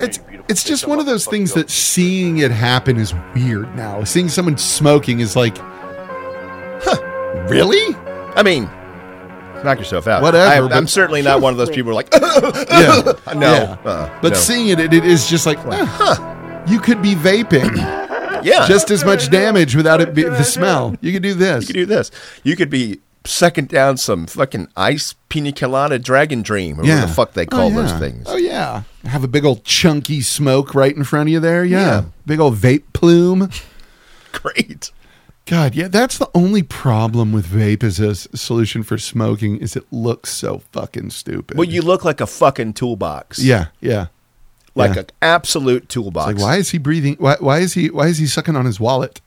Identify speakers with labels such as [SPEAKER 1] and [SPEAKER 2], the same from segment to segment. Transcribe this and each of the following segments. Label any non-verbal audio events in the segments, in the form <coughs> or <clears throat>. [SPEAKER 1] It's it's just one of those things that seeing it happen is weird now. Seeing someone smoking is like, huh, really?
[SPEAKER 2] I mean, knock yourself out.
[SPEAKER 1] Whatever,
[SPEAKER 2] I, I'm
[SPEAKER 1] but-
[SPEAKER 2] certainly not one of those people who are like, <laughs>
[SPEAKER 1] <laughs> Yeah.
[SPEAKER 2] no.
[SPEAKER 1] Yeah.
[SPEAKER 2] uh,
[SPEAKER 1] But
[SPEAKER 2] no.
[SPEAKER 1] seeing it, it, it is just like, eh, huh, you could be
[SPEAKER 2] <coughs>
[SPEAKER 1] vaping
[SPEAKER 2] yeah, just
[SPEAKER 1] just as much damage without it be the smell. You could do this.
[SPEAKER 2] you could do this. You could be sucking down some fucking ice pina colada dragon dream or whatever the fuck they
[SPEAKER 1] Oh,
[SPEAKER 2] call
[SPEAKER 1] yeah.
[SPEAKER 2] those things.
[SPEAKER 1] Oh yeah. Have a big old chunky smoke right in front of you there. Yeah.
[SPEAKER 2] Yeah.
[SPEAKER 1] Big old vape plume.
[SPEAKER 2] Great.
[SPEAKER 1] God, yeah, that's the only problem with vape as a s- solution for smoking is it looks so fucking stupid.
[SPEAKER 2] Well, you look like a fucking toolbox.
[SPEAKER 1] Yeah, yeah.
[SPEAKER 2] like
[SPEAKER 1] yeah.
[SPEAKER 2] an absolute toolbox.
[SPEAKER 1] Like why is he breathing why, why is he why is he sucking on his wallet?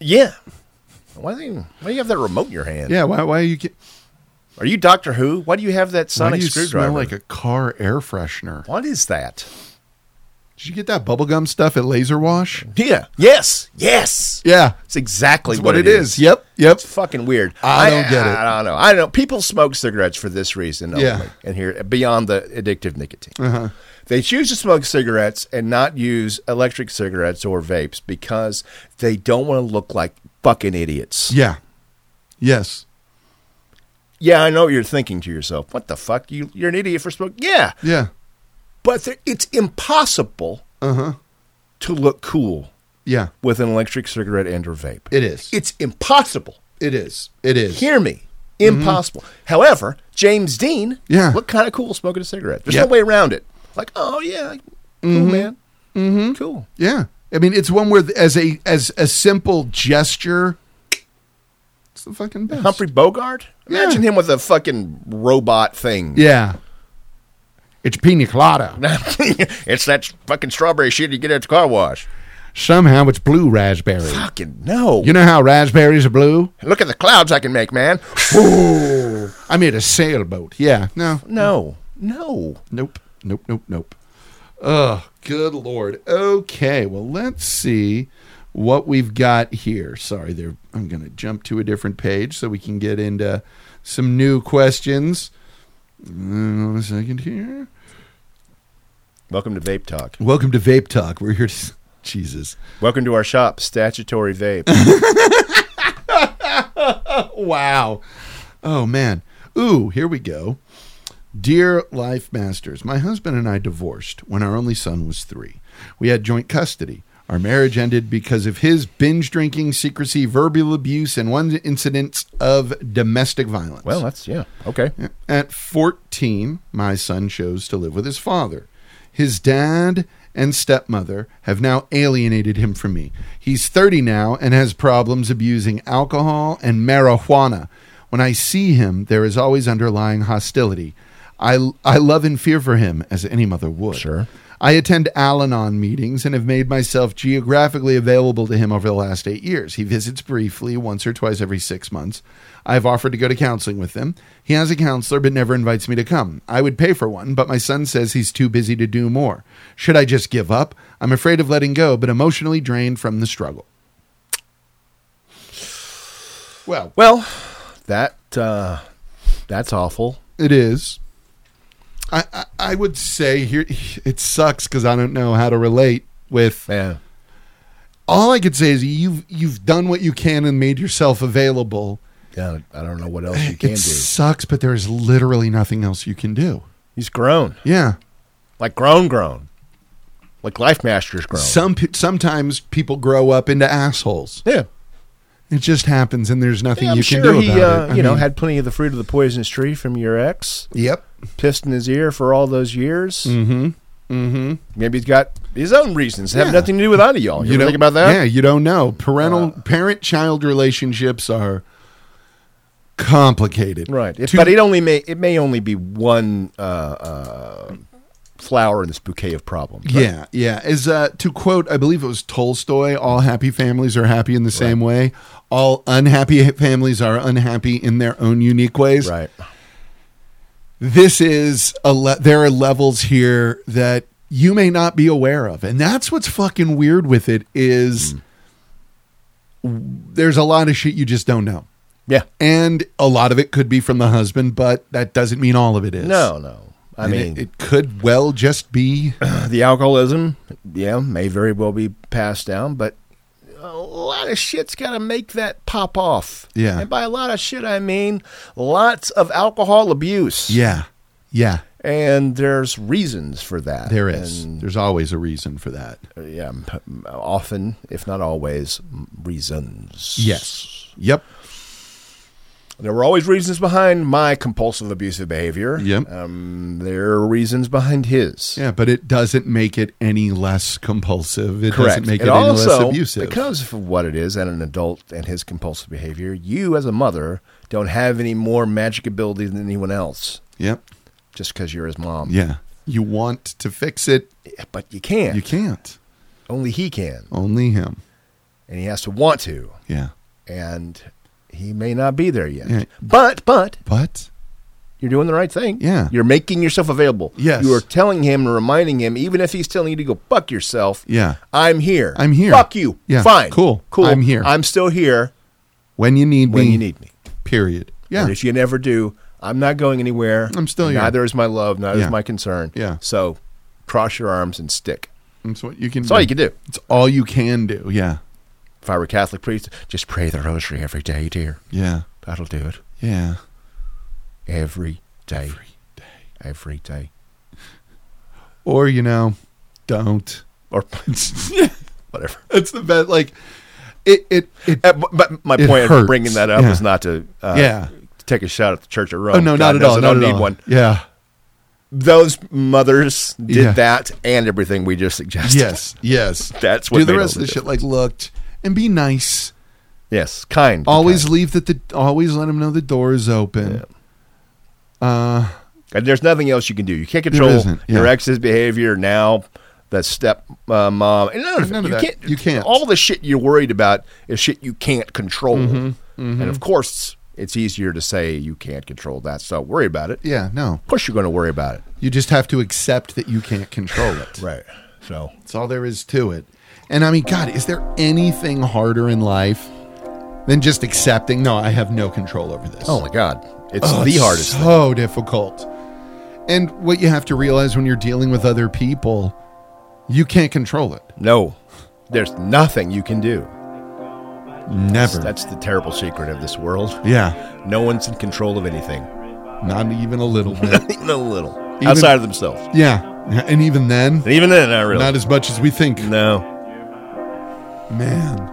[SPEAKER 2] Yeah. Why do you Why do you have that remote in your hand?
[SPEAKER 1] Yeah, why why are you ge-
[SPEAKER 2] Are you Doctor Who? Why do you have that
[SPEAKER 1] why
[SPEAKER 2] sonic
[SPEAKER 1] do you
[SPEAKER 2] screwdriver?
[SPEAKER 1] smell like a car air freshener?
[SPEAKER 2] what is that?
[SPEAKER 1] Did you get that bubblegum stuff at Laser Wash?
[SPEAKER 2] Yeah. Yes. Yes.
[SPEAKER 1] Yeah.
[SPEAKER 2] It's exactly
[SPEAKER 1] That's what it is. Yep, yep.
[SPEAKER 2] It's fucking weird.
[SPEAKER 1] I don't get it.
[SPEAKER 2] I don't know. I don't know. People smoke cigarettes for this reason only,
[SPEAKER 1] Yeah.
[SPEAKER 2] and here beyond the addictive nicotine.
[SPEAKER 1] Uh-huh.
[SPEAKER 2] They choose to smoke cigarettes and not use electric cigarettes or vapes because they don't want to look like fucking idiots.
[SPEAKER 1] Yeah. Yes.
[SPEAKER 2] Yeah, I know what you're thinking to yourself. What the fuck? You you're an idiot for smoking. Yeah,
[SPEAKER 1] Yeah.
[SPEAKER 2] but there, it's impossible
[SPEAKER 1] Uh-huh.
[SPEAKER 2] to look cool
[SPEAKER 1] Yeah.
[SPEAKER 2] with an electric cigarette and or vape.
[SPEAKER 1] It is.
[SPEAKER 2] It's impossible.
[SPEAKER 1] It is. It is. Mm-hmm.
[SPEAKER 2] Hear me. Impossible. However, James Dean
[SPEAKER 1] Yeah.
[SPEAKER 2] looked kind of cool smoking a cigarette. There's
[SPEAKER 1] Yeah.
[SPEAKER 2] no way around it. Like, oh yeah, cool man. Mm-hmm. Cool.
[SPEAKER 1] Yeah. I mean, it's one where th- as a as a simple gesture, it's the fucking best.
[SPEAKER 2] Humphrey Bogart?
[SPEAKER 1] Yeah.
[SPEAKER 2] Imagine him with a fucking robot thing.
[SPEAKER 1] Yeah. It's pina colada.
[SPEAKER 2] <laughs> it's that fucking strawberry shit you get at the car wash.
[SPEAKER 1] Somehow it's blue raspberry.
[SPEAKER 2] Fucking no.
[SPEAKER 1] You know how raspberries are blue?
[SPEAKER 2] Look at the clouds I can make, man.
[SPEAKER 1] I made a sailboat. Yeah. No.
[SPEAKER 2] No, no.
[SPEAKER 1] Nope. Nope. Nope. Nope. Ugh. Good lord. Okay. Well, let's see what we've got here. Sorry, there. I'm going to jump to a different page so we can get into some new questions. Hang on a second here.
[SPEAKER 2] Welcome to Vape Talk.
[SPEAKER 1] Welcome to Vape Talk. We're here. To, Jesus.
[SPEAKER 2] Welcome to our shop, Statutory Vape.
[SPEAKER 1] <laughs> Wow. Oh man. Ooh. Here we go. Dear Life Masters, my husband and I divorced when our only son was three. We had joint custody. Our marriage ended because of his binge drinking, secrecy, verbal abuse, and one incident of domestic violence.
[SPEAKER 2] well, that's, yeah, okay.
[SPEAKER 1] At 14, my son chose to live with his father. His dad and stepmother have now alienated him from me. He's 30 now and has problems abusing alcohol and marijuana. When I see him, there is always underlying hostility. I, I love and fear for him, as any mother would.
[SPEAKER 2] Sure.
[SPEAKER 1] I attend Al Anon meetings and have made myself geographically available to him over the last eight years. He visits briefly, once or twice every six months. I've offered to go to counseling with him. He has a counselor, but never invites me to come. I would pay for one, but my son says he's too busy to do more. Should I just give up? I'm afraid of letting go, but emotionally drained from the struggle. Well,
[SPEAKER 2] Well, that, uh, that's awful.
[SPEAKER 1] It is. I, I, I would say here it sucks because I don't know how to relate with.
[SPEAKER 2] Yeah.
[SPEAKER 1] All I could say is you've you've done what you can and made yourself available.
[SPEAKER 2] Yeah, I don't know what else you can
[SPEAKER 1] it
[SPEAKER 2] do.
[SPEAKER 1] sucks, but there is literally nothing else you can do.
[SPEAKER 2] He's grown.
[SPEAKER 1] Yeah.
[SPEAKER 2] Like grown, grown. Like Life Master's grown.
[SPEAKER 1] Some pe- sometimes people grow up into assholes.
[SPEAKER 2] yeah.
[SPEAKER 1] It just happens, and there's nothing
[SPEAKER 2] Yeah, I'm
[SPEAKER 1] you
[SPEAKER 2] sure
[SPEAKER 1] can do
[SPEAKER 2] he,
[SPEAKER 1] about
[SPEAKER 2] uh,
[SPEAKER 1] it. I
[SPEAKER 2] you know,
[SPEAKER 1] mean,
[SPEAKER 2] had plenty of the fruit of the poisonous tree from your ex,
[SPEAKER 1] yep.
[SPEAKER 2] pissed in his ear for all those years.
[SPEAKER 1] Mm-hmm. Mm-hmm.
[SPEAKER 2] Maybe he's got his own reasons. that Have
[SPEAKER 1] Yeah.
[SPEAKER 2] nothing to do with either of y'all. You, ever
[SPEAKER 1] don't-
[SPEAKER 2] think about that? Uh.
[SPEAKER 1] Yeah, you don't know. Parental parent-child relationships are complicated.
[SPEAKER 2] Right. If,
[SPEAKER 1] Two-
[SPEAKER 2] but it only may it may only be one uh, uh, flower in this bouquet of problems. right?
[SPEAKER 1] Yeah, yeah. Is uh, to quote, I believe it was Tolstoy: "All happy families are happy in the same way. All unhappy ha- families are unhappy in their own unique ways."
[SPEAKER 2] Right.
[SPEAKER 1] This is a le- there are levels here that you may not be aware of, and that's what's fucking weird with it is
[SPEAKER 2] Mm.
[SPEAKER 1] there's a lot of shit you just don't know.
[SPEAKER 2] Yeah.
[SPEAKER 1] and a lot of it could be from the husband, but that doesn't mean all of it is.
[SPEAKER 2] No, no. I
[SPEAKER 1] And
[SPEAKER 2] mean,
[SPEAKER 1] it, it could well just
[SPEAKER 2] <clears throat>
[SPEAKER 1] be
[SPEAKER 2] the alcoholism, yeah, may very well be passed down, but a lot of shit's got to make that pop off.
[SPEAKER 1] Yeah.
[SPEAKER 2] And by a lot of shit, I mean lots of alcohol abuse.
[SPEAKER 1] yeah, yeah.
[SPEAKER 2] And there's reasons for that.
[SPEAKER 1] There is.
[SPEAKER 2] And,
[SPEAKER 1] There's always a reason for that.
[SPEAKER 2] uh, yeah, p- often, if not always, m- reasons.
[SPEAKER 1] Yes. Yep.
[SPEAKER 2] There were always reasons behind my compulsive abusive behavior.
[SPEAKER 1] Yep.
[SPEAKER 2] Um, there are reasons behind his.
[SPEAKER 1] Yeah, but it doesn't make it any less compulsive. It
[SPEAKER 2] Correct.
[SPEAKER 1] doesn't make it,
[SPEAKER 2] and
[SPEAKER 1] any
[SPEAKER 2] also,
[SPEAKER 1] less abusive.
[SPEAKER 2] Because of what it is and an adult and his compulsive behavior, you as a mother don't have any more magic ability than anyone else
[SPEAKER 1] yep.
[SPEAKER 2] just because you're his mom.
[SPEAKER 1] Yeah. You want to fix it,
[SPEAKER 2] But you can't.
[SPEAKER 1] you can't.
[SPEAKER 2] Only he can.
[SPEAKER 1] Only him.
[SPEAKER 2] And he has to want to.
[SPEAKER 1] Yeah.
[SPEAKER 2] And he may not be there yet.
[SPEAKER 1] Yeah.
[SPEAKER 2] But, but,
[SPEAKER 1] But
[SPEAKER 2] you're doing the right thing.
[SPEAKER 1] Yeah.
[SPEAKER 2] You're making yourself available.
[SPEAKER 1] Yes.
[SPEAKER 2] You are telling him and reminding him, even if he's telling you to go fuck yourself,
[SPEAKER 1] yeah,
[SPEAKER 2] I'm here.
[SPEAKER 1] I'm here.
[SPEAKER 2] Fuck you.
[SPEAKER 1] Yeah.
[SPEAKER 2] Fine.
[SPEAKER 1] Cool.
[SPEAKER 2] Cool.
[SPEAKER 1] I'm here.
[SPEAKER 2] I'm still here
[SPEAKER 1] when you need
[SPEAKER 2] when
[SPEAKER 1] me,
[SPEAKER 2] you need me.
[SPEAKER 1] period. Yeah.
[SPEAKER 2] But if you never do, I'm not going anywhere.
[SPEAKER 1] I'm still here.
[SPEAKER 2] Neither is my love. Neither
[SPEAKER 1] Yeah.
[SPEAKER 2] is my concern.
[SPEAKER 1] Yeah.
[SPEAKER 2] So cross your arms and stick.
[SPEAKER 1] That's what you can
[SPEAKER 2] That's
[SPEAKER 1] do.
[SPEAKER 2] all you can do.
[SPEAKER 1] it's all you can do. Yeah.
[SPEAKER 2] If I were a Catholic priest, just pray the rosary every day, dear.
[SPEAKER 1] Yeah.
[SPEAKER 2] That'll do it.
[SPEAKER 1] Yeah.
[SPEAKER 2] Every day. Every day. Every day.
[SPEAKER 1] Or, you know, don't. <laughs>
[SPEAKER 2] Or <laughs> whatever.
[SPEAKER 1] It's the best. Like, it, it, it,
[SPEAKER 2] Uh, but- But my
[SPEAKER 1] It
[SPEAKER 2] point
[SPEAKER 1] hurts.
[SPEAKER 2] of bringing that up
[SPEAKER 1] Yeah.
[SPEAKER 2] is not to uh,
[SPEAKER 1] Yeah.
[SPEAKER 2] take a shot at the Church of Rome.
[SPEAKER 1] oh, no,
[SPEAKER 2] God
[SPEAKER 1] not at
[SPEAKER 2] knows
[SPEAKER 1] all.
[SPEAKER 2] I
[SPEAKER 1] Not
[SPEAKER 2] don't
[SPEAKER 1] at
[SPEAKER 2] need
[SPEAKER 1] all.
[SPEAKER 2] one. <laughs>
[SPEAKER 1] Yeah.
[SPEAKER 2] Those mothers did
[SPEAKER 1] Yeah.
[SPEAKER 2] that and everything we just suggested.
[SPEAKER 1] Yes. Yes.
[SPEAKER 2] <laughs> That's what
[SPEAKER 1] do the
[SPEAKER 2] made all
[SPEAKER 1] rest of
[SPEAKER 2] the
[SPEAKER 1] the shit. Like, looked and be nice.
[SPEAKER 2] Yes. Kind. be
[SPEAKER 1] Always
[SPEAKER 2] kind.
[SPEAKER 1] leave that the, always let them know the door is open. Uh,
[SPEAKER 2] And there's nothing else you can do. You can't control
[SPEAKER 1] isn't,
[SPEAKER 2] your
[SPEAKER 1] yeah.
[SPEAKER 2] ex's behavior now. That step uh, mom, and none of,
[SPEAKER 1] None of
[SPEAKER 2] it. you
[SPEAKER 1] that.
[SPEAKER 2] can't.
[SPEAKER 1] You can't.
[SPEAKER 2] All the shit you're worried about is shit you can't control.
[SPEAKER 1] Mm-hmm,
[SPEAKER 2] And of course, it's easier to say you can't control that. So worry about it.
[SPEAKER 1] yeah, no.
[SPEAKER 2] Of course, you're going to worry about it.
[SPEAKER 1] You just have to accept that you can't control it. <laughs>
[SPEAKER 2] Right. So
[SPEAKER 1] That's all there is to it. And I mean, God, is there anything harder in life than just accepting, no, I have no control over this?
[SPEAKER 2] Oh my God. It's
[SPEAKER 1] Oh,
[SPEAKER 2] the
[SPEAKER 1] it's
[SPEAKER 2] hardest thing.
[SPEAKER 1] So difficult. And what you have to realize when you're dealing with other people, you can't control it.
[SPEAKER 2] No, there's nothing you can do.
[SPEAKER 1] Never.
[SPEAKER 2] That's the terrible secret of this world.
[SPEAKER 1] yeah.
[SPEAKER 2] No one's in control of anything,
[SPEAKER 1] Not even a little <laughs> bit.
[SPEAKER 2] <laughs> even a little, outside of themselves.
[SPEAKER 1] yeah. And even then,
[SPEAKER 2] And even then, not really.
[SPEAKER 1] not as much as we think.
[SPEAKER 2] no.
[SPEAKER 1] Man.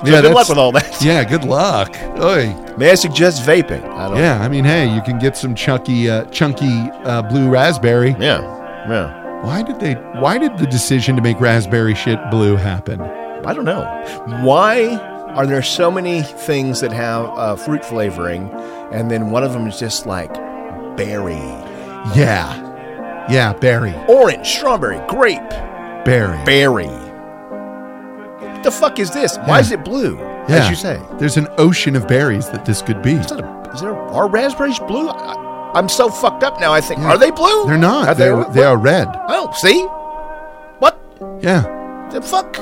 [SPEAKER 2] So good luck with all <laughs> that.
[SPEAKER 1] Yeah, good luck. Oy.
[SPEAKER 2] May I suggest vaping? I don't.
[SPEAKER 1] Yeah, I mean, hey, you can get some chunky, uh, chunky uh, blue raspberry.
[SPEAKER 2] Yeah. Yeah.
[SPEAKER 1] Why did they? Why did the decision to make raspberry shit blue happen?
[SPEAKER 2] I don't know. Why are there so many things that have uh, fruit flavoring, and then one of them is just like berry,
[SPEAKER 1] Yeah, yeah, berry,
[SPEAKER 2] orange, strawberry, grape,
[SPEAKER 1] berry.
[SPEAKER 2] berry? What the fuck is this? Why
[SPEAKER 1] Yeah.
[SPEAKER 2] is it blue?
[SPEAKER 1] yeah.
[SPEAKER 2] As you say,
[SPEAKER 1] there's an ocean of berries that this could be.
[SPEAKER 2] is, that a, is there are raspberries blue? I, I'm so fucked up now. I think are they blue?
[SPEAKER 1] They're not.
[SPEAKER 2] Are
[SPEAKER 1] They're, they are red.
[SPEAKER 2] Oh, see, what
[SPEAKER 1] Yeah,
[SPEAKER 2] the fuck?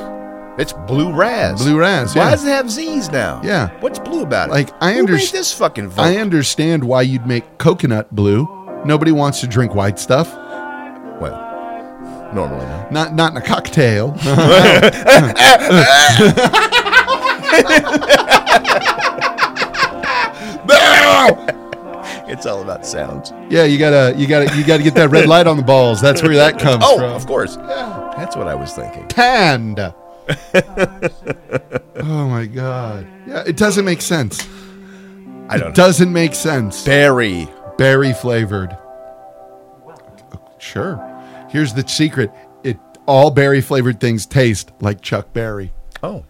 [SPEAKER 2] It's blue raz.
[SPEAKER 1] blue ras.
[SPEAKER 2] Why
[SPEAKER 1] Yeah.
[SPEAKER 2] does it have Z's now?
[SPEAKER 1] Yeah.
[SPEAKER 2] What's blue about it?
[SPEAKER 1] Like, I
[SPEAKER 2] Who made
[SPEAKER 1] underst-
[SPEAKER 2] this fucking vote?
[SPEAKER 1] I understand why you'd make coconut blue. Nobody wants to drink white stuff.
[SPEAKER 2] well, normally. no.
[SPEAKER 1] Not not in a
[SPEAKER 2] <laughs>
[SPEAKER 1] cocktail. <laughs>
[SPEAKER 2] It's all about sounds.
[SPEAKER 1] yeah, you gotta you gotta you gotta get that red light on the balls. That's where that comes
[SPEAKER 2] Oh,
[SPEAKER 1] from.
[SPEAKER 2] of course. That's what I was thinking.
[SPEAKER 1] panned. oh my god. Yeah, it doesn't make sense.
[SPEAKER 2] I don't know.
[SPEAKER 1] Doesn't make sense.
[SPEAKER 2] Berry.
[SPEAKER 1] Berry flavored. Sure. Here's the secret. It all berry flavored things taste like Chuck Berry.
[SPEAKER 2] Oh.